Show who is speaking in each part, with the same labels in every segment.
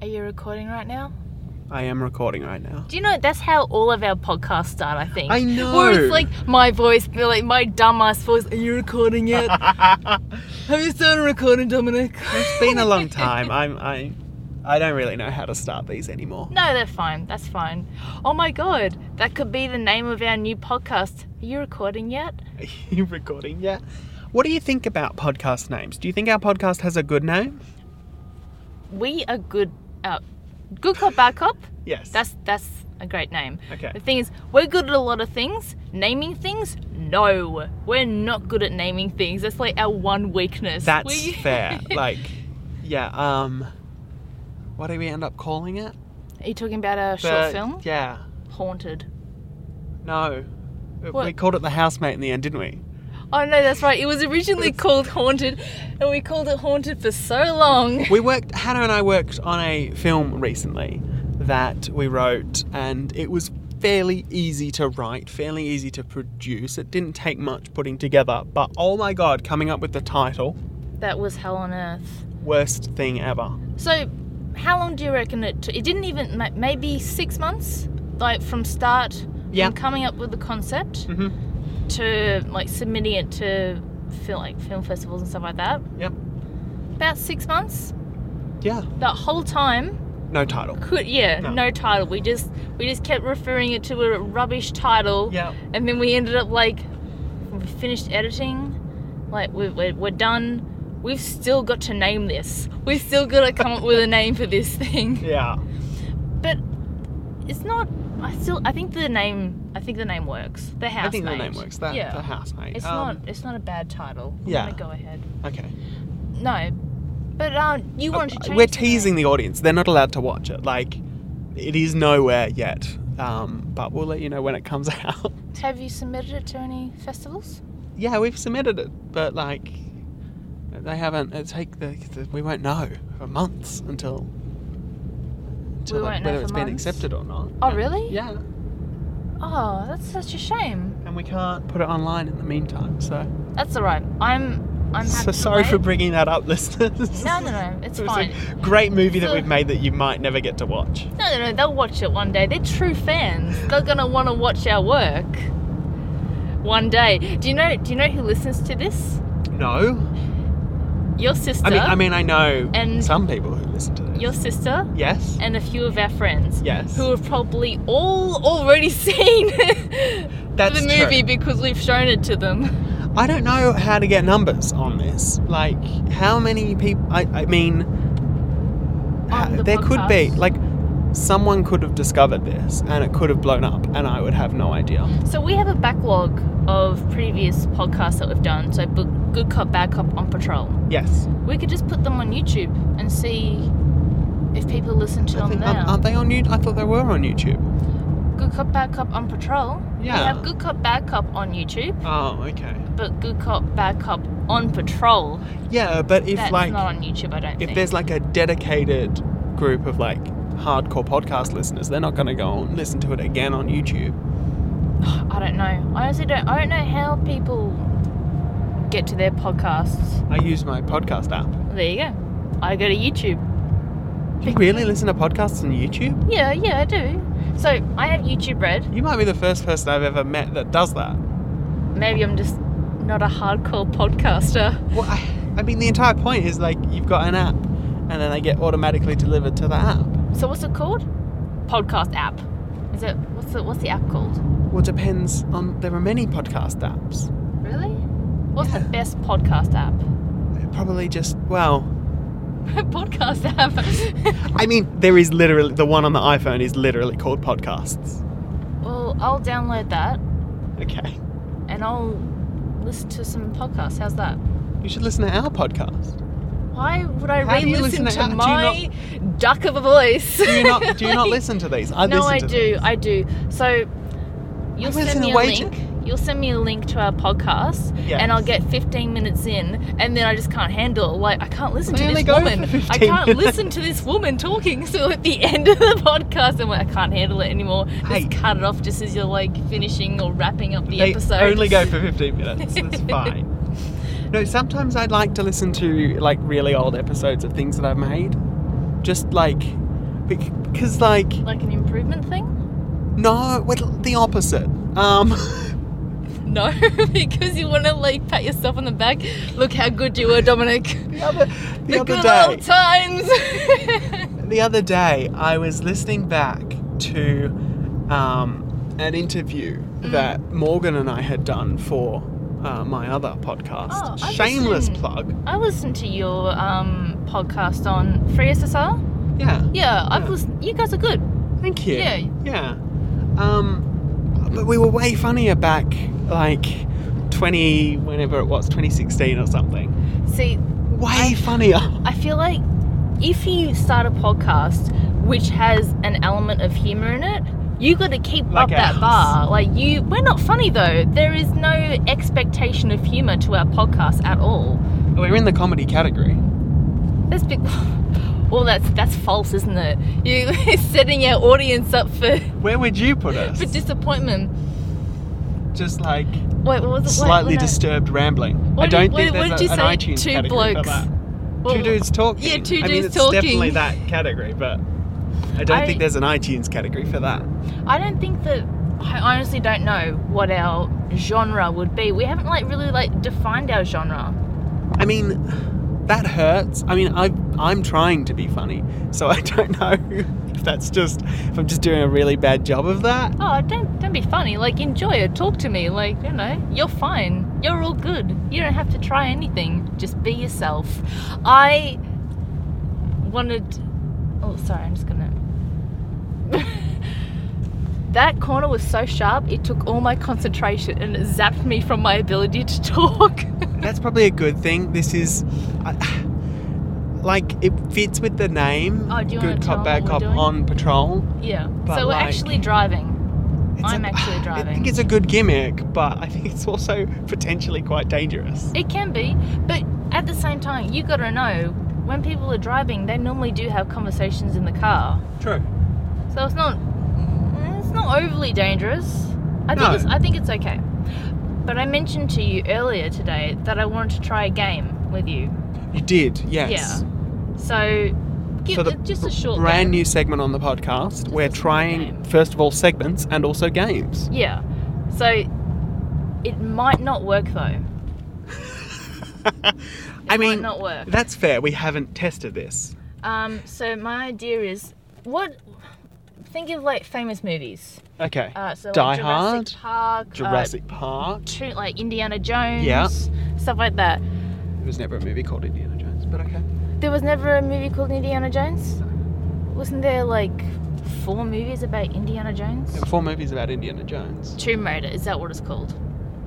Speaker 1: Are you recording right now?
Speaker 2: I am recording right now.
Speaker 1: Do you know that's how all of our podcasts start? I think.
Speaker 2: I know.
Speaker 1: Or it's like my voice, like my dumbass voice. Are you recording yet? Have you started recording, Dominic?
Speaker 2: it's been a long time. I'm I I don't really know how to start these anymore.
Speaker 1: No, they're fine. That's fine. Oh my god, that could be the name of our new podcast. Are you recording yet?
Speaker 2: Are you recording yet? What do you think about podcast names? Do you think our podcast has a good name?
Speaker 1: We are good. Uh, good cop, bad cop.
Speaker 2: Yes.
Speaker 1: That's that's a great name.
Speaker 2: okay.
Speaker 1: The thing is, we're good at a lot of things. Naming things? No, we're not good at naming things. That's like our one weakness.
Speaker 2: That's
Speaker 1: We-
Speaker 2: fair. Like yeah, um what do we end up calling it?
Speaker 1: Are you talking about a
Speaker 2: The-
Speaker 1: short film?
Speaker 2: Yeah.
Speaker 1: Haunted.
Speaker 2: No. We
Speaker 1: What?
Speaker 2: called it the housemate in the end, didn't we?
Speaker 1: Oh no, that's right. It was originally called Haunted, and we called it Haunted for so long.
Speaker 2: We worked, Hannah and I worked on a film recently that we wrote, and it was fairly easy to write, fairly easy to produce. It didn't take much putting together, but oh my god, coming up with the title,
Speaker 1: That was hell on earth.
Speaker 2: worst thing ever.
Speaker 1: So, how long do you reckon it? T- it didn't even ma- maybe six months, like from start,
Speaker 2: Yeah.
Speaker 1: from coming up with the concept
Speaker 2: Mm-hmm.
Speaker 1: to like submitting it to film like film festivals and stuff like that.
Speaker 2: Yep.
Speaker 1: About six months.
Speaker 2: Yeah,
Speaker 1: That whole time,
Speaker 2: no title.
Speaker 1: could yeah,
Speaker 2: No.
Speaker 1: no, title. We just we just kept referring it to a rubbish title.
Speaker 2: Yeah,
Speaker 1: and then we ended up like we finished editing like we're, we're, we're done we've still got to name this we've still got to come up with a name for this thing
Speaker 2: yeah,
Speaker 1: but it's not i still i think the name i think the name works the house
Speaker 2: I think the name works. That
Speaker 1: yeah
Speaker 2: the housemate.
Speaker 1: it's
Speaker 2: Um,
Speaker 1: not it's not a bad title I'm
Speaker 2: yeah.
Speaker 1: gonna go ahead
Speaker 2: okay.
Speaker 1: no but um you want to change
Speaker 2: Uh, We're
Speaker 1: the name.
Speaker 2: teasing the audience. They're not allowed to watch it. Like, it is nowhere yet. Um, but we'll let you know when it comes out.
Speaker 1: have you submitted it to any festivals
Speaker 2: yeah, we've submitted it, but like they haven't. It take the, the we won't know for months until, until
Speaker 1: won't know
Speaker 2: whether
Speaker 1: for
Speaker 2: it's been
Speaker 1: months?
Speaker 2: accepted or not.
Speaker 1: oh
Speaker 2: And-
Speaker 1: really
Speaker 2: Yeah,
Speaker 1: oh that's such a shame
Speaker 2: and we can't put it online in the meantime. So,
Speaker 1: that's all right i'm i'm happy
Speaker 2: so
Speaker 1: to
Speaker 2: sorry for
Speaker 1: wait.
Speaker 2: bringing that up, listeners.
Speaker 1: no no no it's
Speaker 2: It was
Speaker 1: fine
Speaker 2: a great movie that
Speaker 1: So-
Speaker 2: we've made that you might never get to watch.
Speaker 1: No, no, no, they'll watch it one day. They're true fans. They're gonna want to watch our work one day. Do you know? Do you know who listens to this?
Speaker 2: No,
Speaker 1: Your sister.
Speaker 2: I mean, I mean, I know
Speaker 1: And-
Speaker 2: some people who listen to this.
Speaker 1: your sister
Speaker 2: yes,
Speaker 1: and a few of our friends
Speaker 2: yes,
Speaker 1: who have probably all already seen
Speaker 2: that's
Speaker 1: the movie
Speaker 2: true.
Speaker 1: because we've shown it to them.
Speaker 2: I don't know how to get numbers on this. Like, how many people? I, I mean, ha-
Speaker 1: the
Speaker 2: there could be
Speaker 1: podcast.
Speaker 2: like someone could have discovered this and it could have blown up, and I would have no idea.
Speaker 1: So we have a backlog of previous podcasts that we've done. So Bo- Good Cop, Bad Cop, On Patrol.
Speaker 2: Yes,
Speaker 1: We could just put them on YouTube and see if people listen to
Speaker 2: I
Speaker 1: them
Speaker 2: think,
Speaker 1: there.
Speaker 2: aren't, aren't they on YouTube? I thought they were on YouTube.
Speaker 1: Good Cop Bad Cop on Patrol. We
Speaker 2: Yeah.
Speaker 1: have Good Cop Bad Cop on YouTube,
Speaker 2: Oh, okay.
Speaker 1: but Good Cop Bad Cop on Patrol.
Speaker 2: Yeah, but if
Speaker 1: that's
Speaker 2: like
Speaker 1: not on YouTube, I don't
Speaker 2: if
Speaker 1: think.
Speaker 2: there's like a dedicated group of like hardcore podcast listeners, they're not going to go and listen to it again on YouTube.
Speaker 1: I don't know. I honestly don't. I don't know how people get to their podcasts.
Speaker 2: I use my podcast app.
Speaker 1: There you go. I go to YouTube.
Speaker 2: You really listen to podcasts on YouTube?
Speaker 1: Yeah, yeah, I do. So I have YouTube Red.
Speaker 2: You might be the first person I've ever met that does that.
Speaker 1: Maybe I'm just not a hardcore podcaster.
Speaker 2: Well, I, I mean, the entire point is like you've got an app, and then they get automatically delivered to the app.
Speaker 1: So what's it called? Podcast app. Is it? What's the What's the app called?
Speaker 2: Well, it depends on. There are many podcast apps.
Speaker 1: Really? What's
Speaker 2: Yeah.
Speaker 1: the best podcast app?
Speaker 2: Probably just well.
Speaker 1: podcast app.
Speaker 2: I mean, there is literally the one on the iPhone is literally called Podcasts.
Speaker 1: well, I'll download that
Speaker 2: Okay,
Speaker 1: and I'll listen to some podcasts. How's that?
Speaker 2: you should listen to our podcast.
Speaker 1: Why would I
Speaker 2: How do you
Speaker 1: re-listen
Speaker 2: listen
Speaker 1: to,
Speaker 2: to that? Do
Speaker 1: my duck of a voice?
Speaker 2: Do you not? Do you not listen to these? I
Speaker 1: no,
Speaker 2: listen
Speaker 1: I
Speaker 2: to
Speaker 1: do. I do. So you'll
Speaker 2: listen
Speaker 1: send me
Speaker 2: to
Speaker 1: a
Speaker 2: way too-
Speaker 1: link. You'll send me a link to our podcast,
Speaker 2: Yes.
Speaker 1: and I'll get 15 minutes in, and then I just can't handle. Like I can't listen
Speaker 2: They
Speaker 1: to
Speaker 2: only
Speaker 1: this
Speaker 2: go for
Speaker 1: woman. I
Speaker 2: 15
Speaker 1: can't
Speaker 2: minutes.
Speaker 1: listen to this woman talking. So at the end of the podcast, I'm like, I can't handle it anymore.
Speaker 2: Hey.
Speaker 1: Just cut it off just as you're like finishing or wrapping up the
Speaker 2: they
Speaker 1: episode.
Speaker 2: only go for 15 minutes. That's fine. No, sometimes I'd like to listen to like really old episodes of things that I've made. Just like Bec- Because, like,
Speaker 1: Like an improvement thing?
Speaker 2: no, well, the opposite. Um,
Speaker 1: No, because you want to like pat yourself on the back. Look how good you were, Dominic.
Speaker 2: the other, the other
Speaker 1: good
Speaker 2: day,
Speaker 1: old times.
Speaker 2: the other day, I was listening back to um, an interview
Speaker 1: Mm.
Speaker 2: that Morgan and I had done for uh, my other podcast,
Speaker 1: Oh, I've
Speaker 2: Shameless
Speaker 1: listened.
Speaker 2: Plug.
Speaker 1: I listened to your um, podcast on Free SSR.
Speaker 2: Yeah,
Speaker 1: Yeah, I've
Speaker 2: Yeah.
Speaker 1: listened. You guys are good.
Speaker 2: thank you.
Speaker 1: Yeah.
Speaker 2: Yeah. Um, but we were way funnier back, like 20, whenever it was, 2016 or something.
Speaker 1: See,
Speaker 2: Way
Speaker 1: I-
Speaker 2: funnier.
Speaker 1: I feel like if you start a podcast which has an element of humor in it, you got to keep
Speaker 2: Like
Speaker 1: up that
Speaker 2: ours.
Speaker 1: bar. Like you, we're not funny though. There is no expectation of humor to our podcast at all.
Speaker 2: We're in the comedy category.
Speaker 1: That's big. Well, that's that's false, isn't it? You setting our audience up for
Speaker 2: Where would you put us?
Speaker 1: for disappointment.
Speaker 2: Just like
Speaker 1: Wait, what was it? Wait,
Speaker 2: slightly
Speaker 1: what-
Speaker 2: disturbed rambling.
Speaker 1: What
Speaker 2: I
Speaker 1: did-
Speaker 2: don't
Speaker 1: what-
Speaker 2: think
Speaker 1: what
Speaker 2: there's
Speaker 1: did
Speaker 2: a,
Speaker 1: you
Speaker 2: an
Speaker 1: say?
Speaker 2: iTunes
Speaker 1: Two
Speaker 2: category
Speaker 1: blokes.
Speaker 2: for that.
Speaker 1: what-
Speaker 2: two dudes talking.
Speaker 1: Yeah, two
Speaker 2: I mean,
Speaker 1: dudes
Speaker 2: it's
Speaker 1: talking.
Speaker 2: definitely that category, but I don't
Speaker 1: I-
Speaker 2: think there's an iTunes category for that.
Speaker 1: I don't think that. I honestly don't know what our genre would be. We haven't like really like defined our genre.
Speaker 2: I mean, that hurts. I mean, I I'm trying to be funny, so I don't know if that's just if I'm just doing a really bad job of that.
Speaker 1: Oh, don't don't be funny. Like enjoy it. Talk to me. Like you know, you're fine. You're all good. You don't have to try anything. Just be yourself. I wanted. Oh, sorry. I'm just gonna. that corner was so sharp. It took all my concentration and it zapped me from my ability to talk.
Speaker 2: That's probably a good thing. This is I, like it fits with the name.
Speaker 1: Oh, do you wanna
Speaker 2: good
Speaker 1: tell
Speaker 2: cop, bad
Speaker 1: them what
Speaker 2: cop
Speaker 1: we're doing?
Speaker 2: on patrol.
Speaker 1: yeah.
Speaker 2: But,
Speaker 1: so we're
Speaker 2: like,
Speaker 1: actually driving.
Speaker 2: It's
Speaker 1: I'm
Speaker 2: a-
Speaker 1: actually
Speaker 2: I
Speaker 1: driving.
Speaker 2: think it's a good gimmick, but I think it's also potentially quite dangerous.
Speaker 1: It can be, but at the same time, you gotta know when people are driving, they normally do have conversations in the car.
Speaker 2: True.
Speaker 1: So it's not it's not overly dangerous. I think
Speaker 2: No.
Speaker 1: it's I think it's okay. But I mentioned to you earlier today that I wanted to try a game with you.
Speaker 2: You did, yes.
Speaker 1: So give
Speaker 2: So the
Speaker 1: just a short
Speaker 2: Brand
Speaker 1: game.
Speaker 2: new segment on the podcast.
Speaker 1: a
Speaker 2: We're
Speaker 1: small
Speaker 2: trying,
Speaker 1: game.
Speaker 2: first of all, segments and also games.
Speaker 1: Yeah. So it might not work though.
Speaker 2: I
Speaker 1: might
Speaker 2: mean,
Speaker 1: not work.
Speaker 2: that's fair. We haven't tested this.
Speaker 1: Um, so my idea is what think of like famous movies.
Speaker 2: Okay.
Speaker 1: Uh, so like
Speaker 2: Die
Speaker 1: Jurassic
Speaker 2: Hard,
Speaker 1: Park, uh,
Speaker 2: Jurassic Park.
Speaker 1: too, like Indiana Jones,
Speaker 2: Yeah.
Speaker 1: stuff like that.
Speaker 2: There was never a movie called Indiana Jones, but okay.
Speaker 1: There was never a movie called Indiana Jones. Wasn't there like four movies about Indiana Jones?
Speaker 2: There were four movies about Indiana Jones.
Speaker 1: Tomb Raider is that what it's called?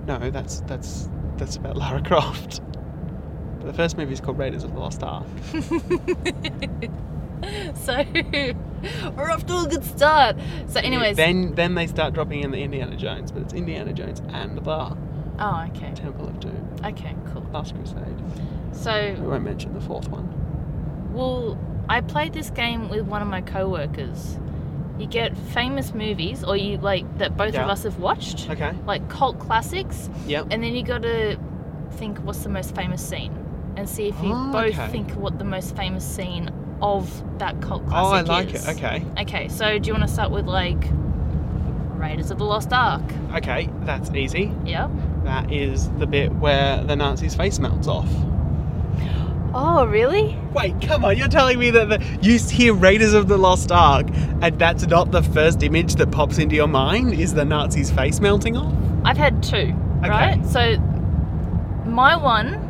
Speaker 2: No, that's that's that's about Lara Croft. But the first movie is called Raiders of the Lost Ark.
Speaker 1: So we're off to a good start. So, anyways,
Speaker 2: Then then they start dropping in the Indiana Jones, but it's Indiana Jones and the
Speaker 1: oh okay,
Speaker 2: Temple of Doom,
Speaker 1: okay, cool.
Speaker 2: Last Crusade. We
Speaker 1: So,
Speaker 2: won't mention the fourth one.
Speaker 1: well, I played this game with one of my coworkers. You get famous movies, or you like that both of
Speaker 2: Yeah.
Speaker 1: us have watched,
Speaker 2: Okay.
Speaker 1: like cult classics,
Speaker 2: Yep.
Speaker 1: and then you got to think what's the most famous scene and see if you
Speaker 2: Oh,
Speaker 1: both
Speaker 2: okay.
Speaker 1: think what the most famous scene of that cult
Speaker 2: Oh, I
Speaker 1: classic
Speaker 2: like
Speaker 1: is.
Speaker 2: it. Okay.
Speaker 1: Okay, so do you want to start with like Raiders of the Lost Ark?
Speaker 2: Okay, that's easy.
Speaker 1: Yeah.
Speaker 2: That is the bit where the Nazi's face melts off.
Speaker 1: Oh, really?
Speaker 2: Wait, come on, you're telling me that the, you s- hear Raiders of the Lost Ark and that's not the first image that pops into your mind is the Nazi's face melting off?
Speaker 1: I've had two,
Speaker 2: Okay.
Speaker 1: right? So my one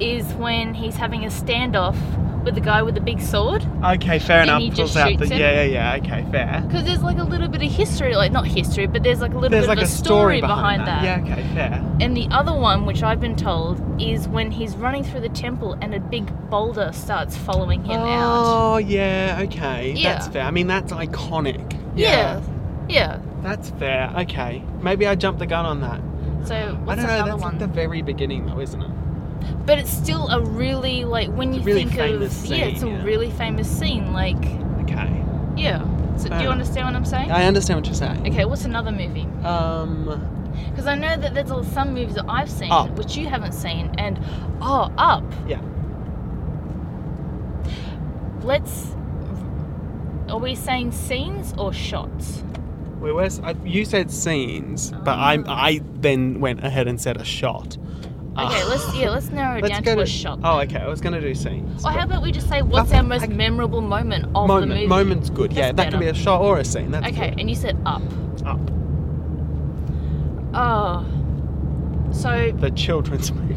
Speaker 1: is when he's having a standoff with the guy with the big sword.
Speaker 2: Okay, fair
Speaker 1: And
Speaker 2: enough.
Speaker 1: he just
Speaker 2: Pulls out the,
Speaker 1: shoots him?
Speaker 2: yeah, yeah, yeah, okay, fair.
Speaker 1: Because there's like a little bit of history, like not history, but there's like a little
Speaker 2: There's
Speaker 1: bit
Speaker 2: like
Speaker 1: of
Speaker 2: a
Speaker 1: a story,
Speaker 2: story behind, that. Yeah, okay, fair.
Speaker 1: And the other one, which I've been told, is when he's running through the temple and a big boulder starts following him out.
Speaker 2: oh, yeah, okay. That's
Speaker 1: Yeah.
Speaker 2: fair. I mean, that's iconic.
Speaker 1: Yeah. Yeah.
Speaker 2: That's fair. Okay. Maybe I jumped the gun on that.
Speaker 1: So what's
Speaker 2: I don't know,
Speaker 1: another
Speaker 2: that's
Speaker 1: one?
Speaker 2: at the very beginning though, isn't it?
Speaker 1: But it's still a really like when
Speaker 2: It's a
Speaker 1: you
Speaker 2: really
Speaker 1: think of
Speaker 2: famous
Speaker 1: yeah, it's a
Speaker 2: scene, yeah.
Speaker 1: really famous scene. Like
Speaker 2: Okay.
Speaker 1: yeah. So, do
Speaker 2: Fair.
Speaker 1: you understand what I'm saying?
Speaker 2: I understand what you're saying.
Speaker 1: Okay, what's another movie?
Speaker 2: Um
Speaker 1: Because I know that there's a- some movies that I've seen
Speaker 2: Up.
Speaker 1: which you haven't seen, and oh, Up.
Speaker 2: Yeah.
Speaker 1: Let's. Are we saying scenes or shots?
Speaker 2: We were, s- I- you said scenes, but I
Speaker 1: Ah.
Speaker 2: I then went ahead and said a shot.
Speaker 1: Okay,
Speaker 2: Ah.
Speaker 1: let's yeah, let's narrow it
Speaker 2: Let's
Speaker 1: down
Speaker 2: go
Speaker 1: to, a
Speaker 2: to-
Speaker 1: shot.
Speaker 2: Oh, okay. I was gonna do scenes.
Speaker 1: or
Speaker 2: but-
Speaker 1: how about we just say what's our most
Speaker 2: Okay.
Speaker 1: memorable moment of
Speaker 2: moment.
Speaker 1: the movie?
Speaker 2: Moment's good. yeah,
Speaker 1: That's
Speaker 2: that can be
Speaker 1: better.
Speaker 2: a shot or a scene. That's
Speaker 1: Okay, and you said up.
Speaker 2: good. Ah, Up.
Speaker 1: Oh. So
Speaker 2: The children's movie.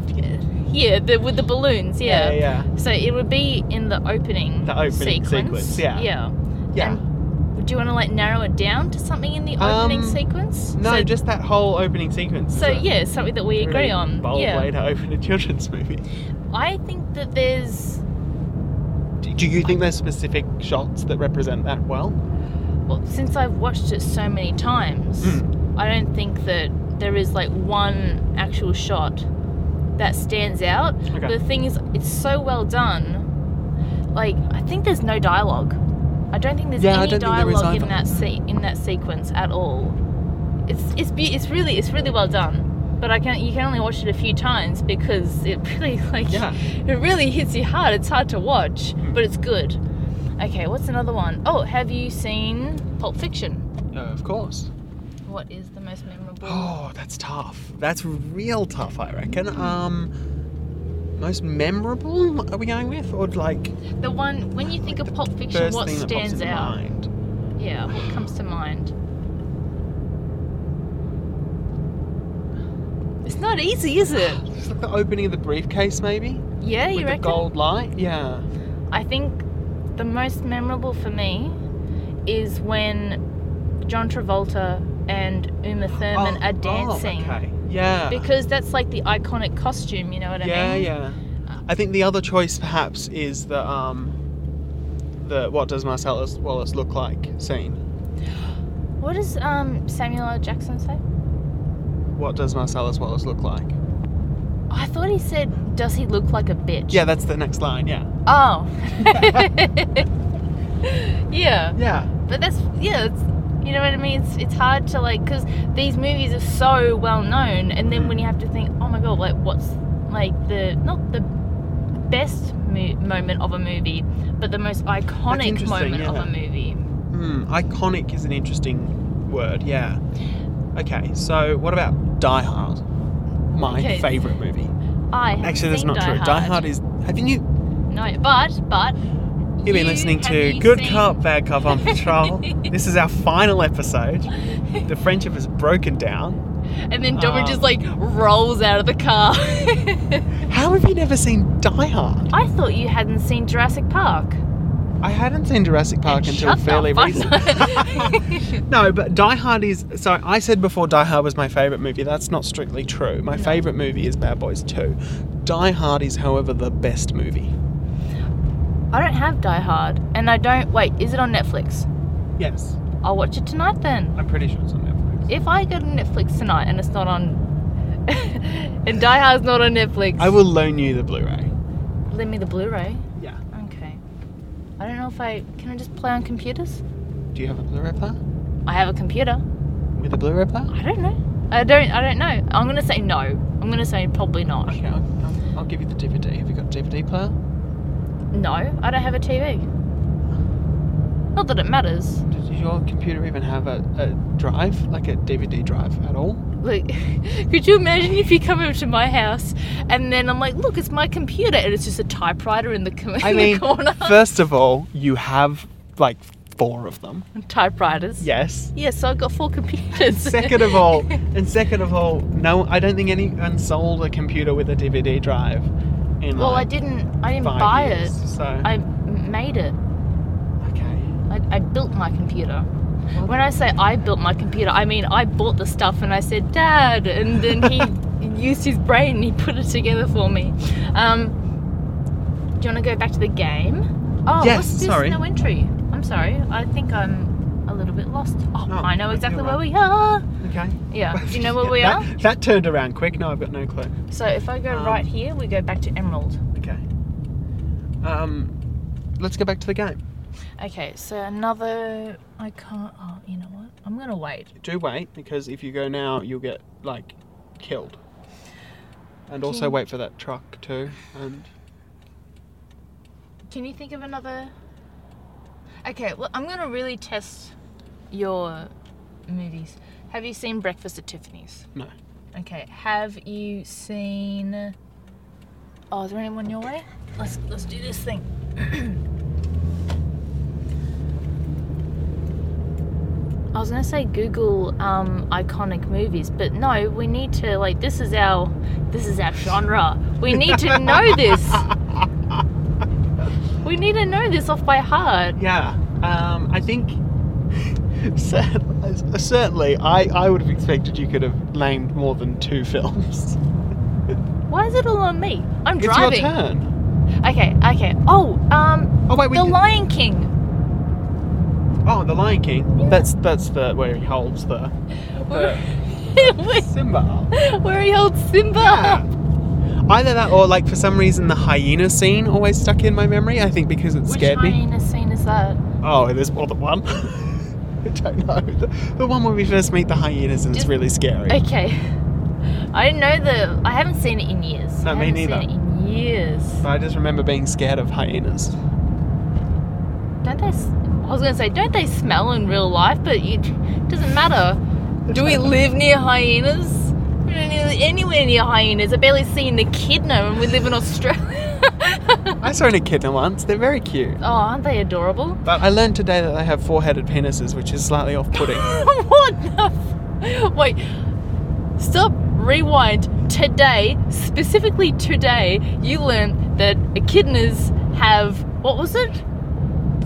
Speaker 1: yeah, the, with the balloons, yeah.
Speaker 2: Yeah, yeah.
Speaker 1: So it would be in the opening,
Speaker 2: The opening
Speaker 1: sequence.
Speaker 2: sequence, yeah.
Speaker 1: Yeah.
Speaker 2: Yeah.
Speaker 1: And do you want to like narrow it down to something in the opening
Speaker 2: Um,
Speaker 1: sequence?
Speaker 2: no,
Speaker 1: So,
Speaker 2: just that whole opening sequence.
Speaker 1: so
Speaker 2: is a
Speaker 1: yeah, something that we agree
Speaker 2: really
Speaker 1: on.
Speaker 2: Bold
Speaker 1: yeah.
Speaker 2: way to open a children's movie.
Speaker 1: I think that there's
Speaker 2: Do, do you think there's specific shots that represent that well?
Speaker 1: well, since I've watched it so many times,
Speaker 2: Hmm. Mm.
Speaker 1: I don't think that there is like one actual shot that stands out.
Speaker 2: Okay.
Speaker 1: But the thing is, it's so well done. Like I think there's no dialogue. I don't think there's
Speaker 2: Yeah, I
Speaker 1: any
Speaker 2: don't think there is
Speaker 1: dialogue
Speaker 2: either.
Speaker 1: in that se- in that sequence at all. It's it's be- it's really it's really well done. But I can you can only watch it a few times because it really like
Speaker 2: Yeah.
Speaker 1: it really hits you hard. It's hard to watch,
Speaker 2: Mm.
Speaker 1: but it's good. Okay, what's another one? Oh, have you seen Pulp Fiction?
Speaker 2: Uh, of course.
Speaker 1: What is the most memorable?
Speaker 2: Oh, that's tough. That's real tough, I reckon. Um, most memorable? Are we going with or like
Speaker 1: The one when you think of Pulp Fiction,
Speaker 2: first
Speaker 1: what
Speaker 2: thing that pops
Speaker 1: stands
Speaker 2: into
Speaker 1: out?
Speaker 2: mind?
Speaker 1: Yeah, what comes to mind? It's not easy, is it?
Speaker 2: Just like the opening of the briefcase, maybe
Speaker 1: Yeah, you
Speaker 2: with
Speaker 1: reckon?
Speaker 2: the gold light. Yeah.
Speaker 1: I think the most memorable for me is when John Travolta Um, and Uma Thurman
Speaker 2: Oh,
Speaker 1: are dancing.
Speaker 2: Oh, okay. Yeah.
Speaker 1: Because that's like the iconic costume, you know what I
Speaker 2: yeah,
Speaker 1: mean?
Speaker 2: yeah. I think the other choice perhaps is the um, the what does Marcellus Wallace look like scene.
Speaker 1: What does um, Samuel L. Jackson say?
Speaker 2: What does Marcellus Wallace look like?
Speaker 1: I thought he said, Does he look like a bitch?
Speaker 2: Yeah, that's the next line. Yeah.
Speaker 1: Oh. yeah.
Speaker 2: Yeah.
Speaker 1: but that's yeah it's, you know what i mean it's, it's hard to like because these movies are so well known and then
Speaker 2: Mm.
Speaker 1: when you have to think oh my god like what's like the not the best mo- moment of a movie but the most iconic
Speaker 2: interesting,
Speaker 1: moment of
Speaker 2: yeah.
Speaker 1: a movie
Speaker 2: Hmm. Iconic is an interesting word. Yeah. Okay. So what about Die Hard? My
Speaker 1: Okay.
Speaker 2: favorite movie.
Speaker 1: i have
Speaker 2: Actually, that's
Speaker 1: seen
Speaker 2: not
Speaker 1: Die
Speaker 2: true.
Speaker 1: Hard.
Speaker 2: Die Hard is. Haven't you?
Speaker 1: no but but
Speaker 2: You've been
Speaker 1: You-
Speaker 2: listening
Speaker 1: have
Speaker 2: to
Speaker 1: you
Speaker 2: Good
Speaker 1: seen-
Speaker 2: Cop, Bad Cop on Patrol. this is our final episode. The friendship has broken down.
Speaker 1: and then Dobrin
Speaker 2: Ah.
Speaker 1: just like rolls out of the car
Speaker 2: How have you never seen Die Hard?
Speaker 1: i thought you hadn't seen jurassic park
Speaker 2: I hadn't seen Jurassic Park
Speaker 1: And
Speaker 2: until
Speaker 1: shut the
Speaker 2: fairly
Speaker 1: fuck
Speaker 2: recently.
Speaker 1: up.
Speaker 2: no, but Die Hard is. So I said before Die Hard was my favourite movie. That's not strictly true. My favourite movie is Bad Boys 2. Die Hard is, however, the best movie.
Speaker 1: i don't have die hard and i don't wait is it on netflix
Speaker 2: Yes,
Speaker 1: i'll watch it tonight then
Speaker 2: I'm pretty sure it's on Netflix.
Speaker 1: if I go to Netflix tonight and it's not on, and Die Hard's not on Netflix,
Speaker 2: I will loan you the Blu ray.
Speaker 1: lend me the Blu-ray.
Speaker 2: Yeah.
Speaker 1: Okay. I don't know if I can. I just play on computers.
Speaker 2: Do you have a Blu ray player?
Speaker 1: I have a computer.
Speaker 2: With a Blu ray player?
Speaker 1: I don't know. I don't. I don't know. I'm gonna say no. I'm gonna say probably not.
Speaker 2: Okay, I'll, I'll, I'll give you the DVD. Have you got a DVD player?
Speaker 1: No, I don't have a TV. Not that it matters.
Speaker 2: Does your computer even have a, a drive, like a DVD drive at all?
Speaker 1: Like, could you imagine if you come over to my house and then I'm like, look, it's my computer, and it's just a typewriter in the, co-
Speaker 2: I
Speaker 1: in
Speaker 2: mean,
Speaker 1: the corner.
Speaker 2: first of all, you have like four of them.
Speaker 1: Typewriters.
Speaker 2: Yes.
Speaker 1: Yeah, so I've got four computers.
Speaker 2: Second of all, and second of all, no, I don't think anyone sold a computer with a DVD drive. In
Speaker 1: well, I
Speaker 2: like
Speaker 1: didn't. I didn't
Speaker 2: five
Speaker 1: buy
Speaker 2: years,
Speaker 1: it.
Speaker 2: So
Speaker 1: I m- made it.
Speaker 2: okay.
Speaker 1: I, I built my computer. When I say I built my computer, I mean I bought the stuff and I said, "Dad," and then he used his brain and he put it together for me. Um, do you want to go back to the game? Oh,
Speaker 2: Yes,
Speaker 1: what's this
Speaker 2: sorry.
Speaker 1: no entry? I'm sorry. I think I'm a little bit lost. Oh,
Speaker 2: No,
Speaker 1: I know
Speaker 2: you're
Speaker 1: exactly where
Speaker 2: right.
Speaker 1: we are.
Speaker 2: Okay.
Speaker 1: Yeah. Do uh, you know where we are?
Speaker 2: That- That turned around quick. No, I've got no clue.
Speaker 1: So if I go
Speaker 2: Um,
Speaker 1: right here, we go back to Emerald.
Speaker 2: Okay. Um, let's go back to the game.
Speaker 1: Okay, so another. I can't. Oh, you know what? I'm gonna wait.
Speaker 2: Do wait because if you go now, you'll get like killed. And also
Speaker 1: Okay.
Speaker 2: wait for that truck too. And
Speaker 1: Can you think of another? Okay, well, I'm gonna really test your movies. Have you seen Breakfast at Tiffany's?
Speaker 2: No.
Speaker 1: Okay. Have you seen? Oh, is there anyone your way? Let's let's do this thing. I was gonna say Google um, iconic movies, but no, we need to like this is our this is our genre. We need to know this. We need to know this off by heart.
Speaker 2: Yeah, um, I think cer- uh, certainly I, I would have expected you could have named more than two films.
Speaker 1: Why is it all on me? I'm
Speaker 2: It's
Speaker 1: driving.
Speaker 2: your turn.
Speaker 1: Okay, okay. Oh, um,
Speaker 2: Oh wait, we
Speaker 1: The
Speaker 2: did-
Speaker 1: Lion King.
Speaker 2: oh the Lion King.
Speaker 1: Yeah.
Speaker 2: That's that's the where he holds the,
Speaker 1: Where,
Speaker 2: the Simba. up.
Speaker 1: where he holds Simba.
Speaker 2: Yeah. Either that or like for some reason the hyena scene always stuck in my memory. I think because it
Speaker 1: Which
Speaker 2: scared me.
Speaker 1: hyena scene is that?
Speaker 2: Oh, there's more than one. I don't know. The, the one where we first meet the hyenas and
Speaker 1: Just-
Speaker 2: it's really scary.
Speaker 1: Okay. I didn't know the. I haven't seen it in years.
Speaker 2: No,
Speaker 1: I
Speaker 2: me
Speaker 1: haven't
Speaker 2: neither.
Speaker 1: Seen it in years.
Speaker 2: I just remember being scared of hyenas.
Speaker 1: Don't they? s- I was gonna say, don't they smell in real life? But it doesn't matter. Do we live near hyenas? We don't live anywhere near hyenas. I've barely seen an echidna, and we live in Australia.
Speaker 2: I saw an echidna once. They're very cute.
Speaker 1: oh, aren't they adorable?
Speaker 2: But I learned today that they have four-headed penises, which is slightly off-putting.
Speaker 1: what the? F- Wait. Stop. Rewind. Today, specifically today, you learned that echidnas have. What was it?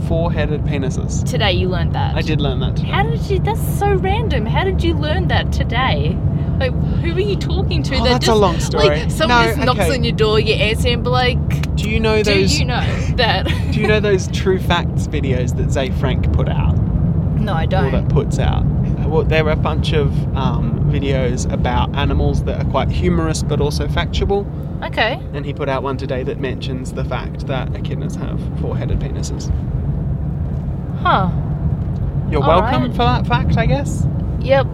Speaker 2: four-headed penises.
Speaker 1: Today you learned that.
Speaker 2: I did learn that. today.
Speaker 1: How did you? That's so random. How did you learn that today? Like, who are you talking to? that
Speaker 2: Oh, that's a
Speaker 1: just,
Speaker 2: long story.
Speaker 1: Like, someone
Speaker 2: No,
Speaker 1: just knocks
Speaker 2: okay.
Speaker 1: on your door, you answer, and be like,
Speaker 2: Do you know
Speaker 1: "Do
Speaker 2: those?
Speaker 1: you know that?"
Speaker 2: do you know those true facts videos that Zay Frank put out?
Speaker 1: no, I
Speaker 2: Or that
Speaker 1: don't.
Speaker 2: puts out. Uh, Well, there were a bunch of um, videos about animals that are quite humorous but also factual.
Speaker 1: Okay.
Speaker 2: And he put out one today that mentions the fact that echidnas have four-headed penises.
Speaker 1: Huh.
Speaker 2: You're
Speaker 1: All
Speaker 2: welcome
Speaker 1: right.
Speaker 2: for that fact, I guess.
Speaker 1: Yep.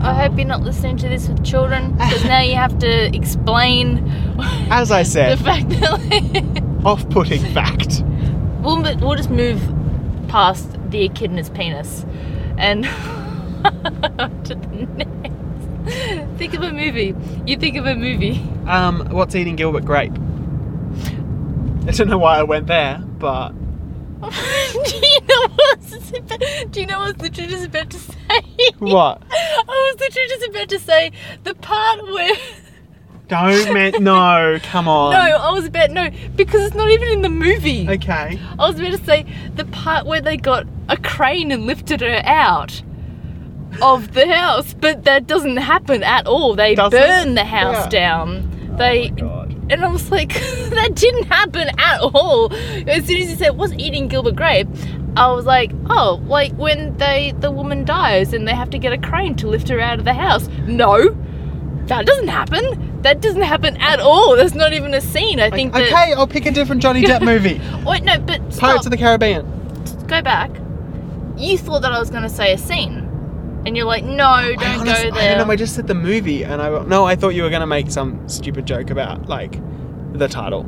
Speaker 1: I hope you're not listening to this with children because now you have to explain
Speaker 2: As I
Speaker 1: the
Speaker 2: said,
Speaker 1: fact that.
Speaker 2: off-putting fact.
Speaker 1: we'll, mo- we'll just move past the echidna's penis and to the next. Think of a movie. You think of a movie.
Speaker 2: Um, what's eating Gilbert Grape? I don't know why I went there, but
Speaker 1: do you know what? I was about- Do you know what I was literally just about to say?
Speaker 2: what?
Speaker 1: I was literally just about to say the part where.
Speaker 2: Don't man, no, come on.
Speaker 1: No, I was about no because it's not even in the movie.
Speaker 2: Okay.
Speaker 1: I was about to say the part where they got a crane and lifted her out of the house, but that doesn't happen at all. They
Speaker 2: Doesn't?
Speaker 1: burn the house
Speaker 2: Yeah. Oh
Speaker 1: down. They and I was like, that didn't happen at all. As soon as he said, "What's eating Gilbert Grape?" I was like, "Oh, like when they the woman dies and they have to get a crane to lift her out of the house." No, that doesn't happen. That doesn't happen at all. That's not even a scene. I think that. oh,
Speaker 2: Okay, I'll pick a different Johnny Depp movie.
Speaker 1: Wait, no, but stop
Speaker 2: Pirates of the Caribbean.
Speaker 1: go back. You thought that I was going to say a scene, and you're like, no,
Speaker 2: I
Speaker 1: don't
Speaker 2: honest-
Speaker 1: go
Speaker 2: I
Speaker 1: there.
Speaker 2: don't know. I just said the movie, and I no, I thought you were gonna make some stupid joke about like the title.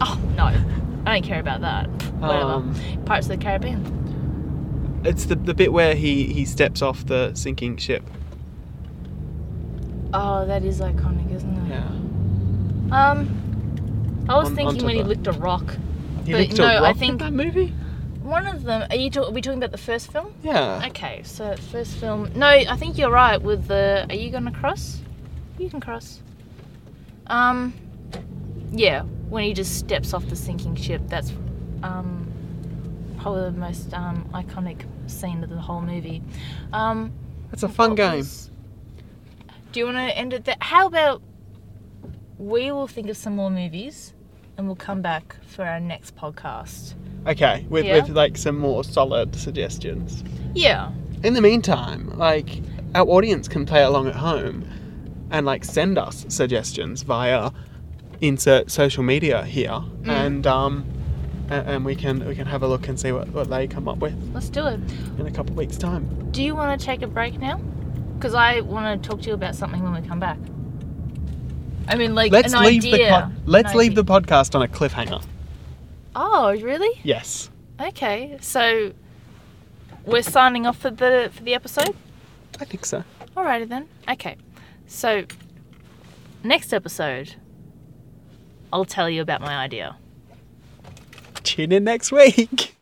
Speaker 1: oh no, I don't care about that. Whatever.
Speaker 2: Um,
Speaker 1: Pirates of the Caribbean.
Speaker 2: it's the, the bit where he he steps off the sinking ship.
Speaker 1: Oh, that is iconic, isn't it?
Speaker 2: Yeah.
Speaker 1: Um, I was
Speaker 2: On-
Speaker 1: thinking
Speaker 2: onto
Speaker 1: when he
Speaker 2: the-
Speaker 1: licked a rock.
Speaker 2: He
Speaker 1: But
Speaker 2: looked a
Speaker 1: no, I
Speaker 2: rock with
Speaker 1: think-
Speaker 2: that movie.
Speaker 1: One of them. Are you? Talk, are we talking about the first film?
Speaker 2: Yeah.
Speaker 1: Okay, so first film. No, I think you're right with the. Are you gonna cross? You can cross. Um, yeah, when he just steps off the sinking ship, that's um, probably the most um, iconic scene of the whole movie. Um,
Speaker 2: That's a fun
Speaker 1: what
Speaker 2: game.
Speaker 1: was- Do you want to end it there? How about we will think of some more movies and we'll come back for our next podcast.
Speaker 2: Okay, with
Speaker 1: Yeah.
Speaker 2: with like some more solid suggestions.
Speaker 1: Yeah.
Speaker 2: In the meantime, like our audience can play along at home and like send us suggestions via insert social media here
Speaker 1: Mm.
Speaker 2: and um a- and we can we can have a look and see what, what they come up with
Speaker 1: Let's do it.
Speaker 2: in a couple of weeks time.
Speaker 1: Do you want to take a break now? Because I want to talk to you about something when we come back. I mean, like
Speaker 2: Let's
Speaker 1: an
Speaker 2: leave
Speaker 1: idea.
Speaker 2: the pod-
Speaker 1: An
Speaker 2: let's leave
Speaker 1: idea.
Speaker 2: the podcast on a cliffhanger.
Speaker 1: Oh, really?
Speaker 2: Yes.
Speaker 1: Okay, so we're signing off for the for the episode.
Speaker 2: I think so.
Speaker 1: Alrighty then. Okay, so next episode, I'll tell you about my idea.
Speaker 2: Tune in next week.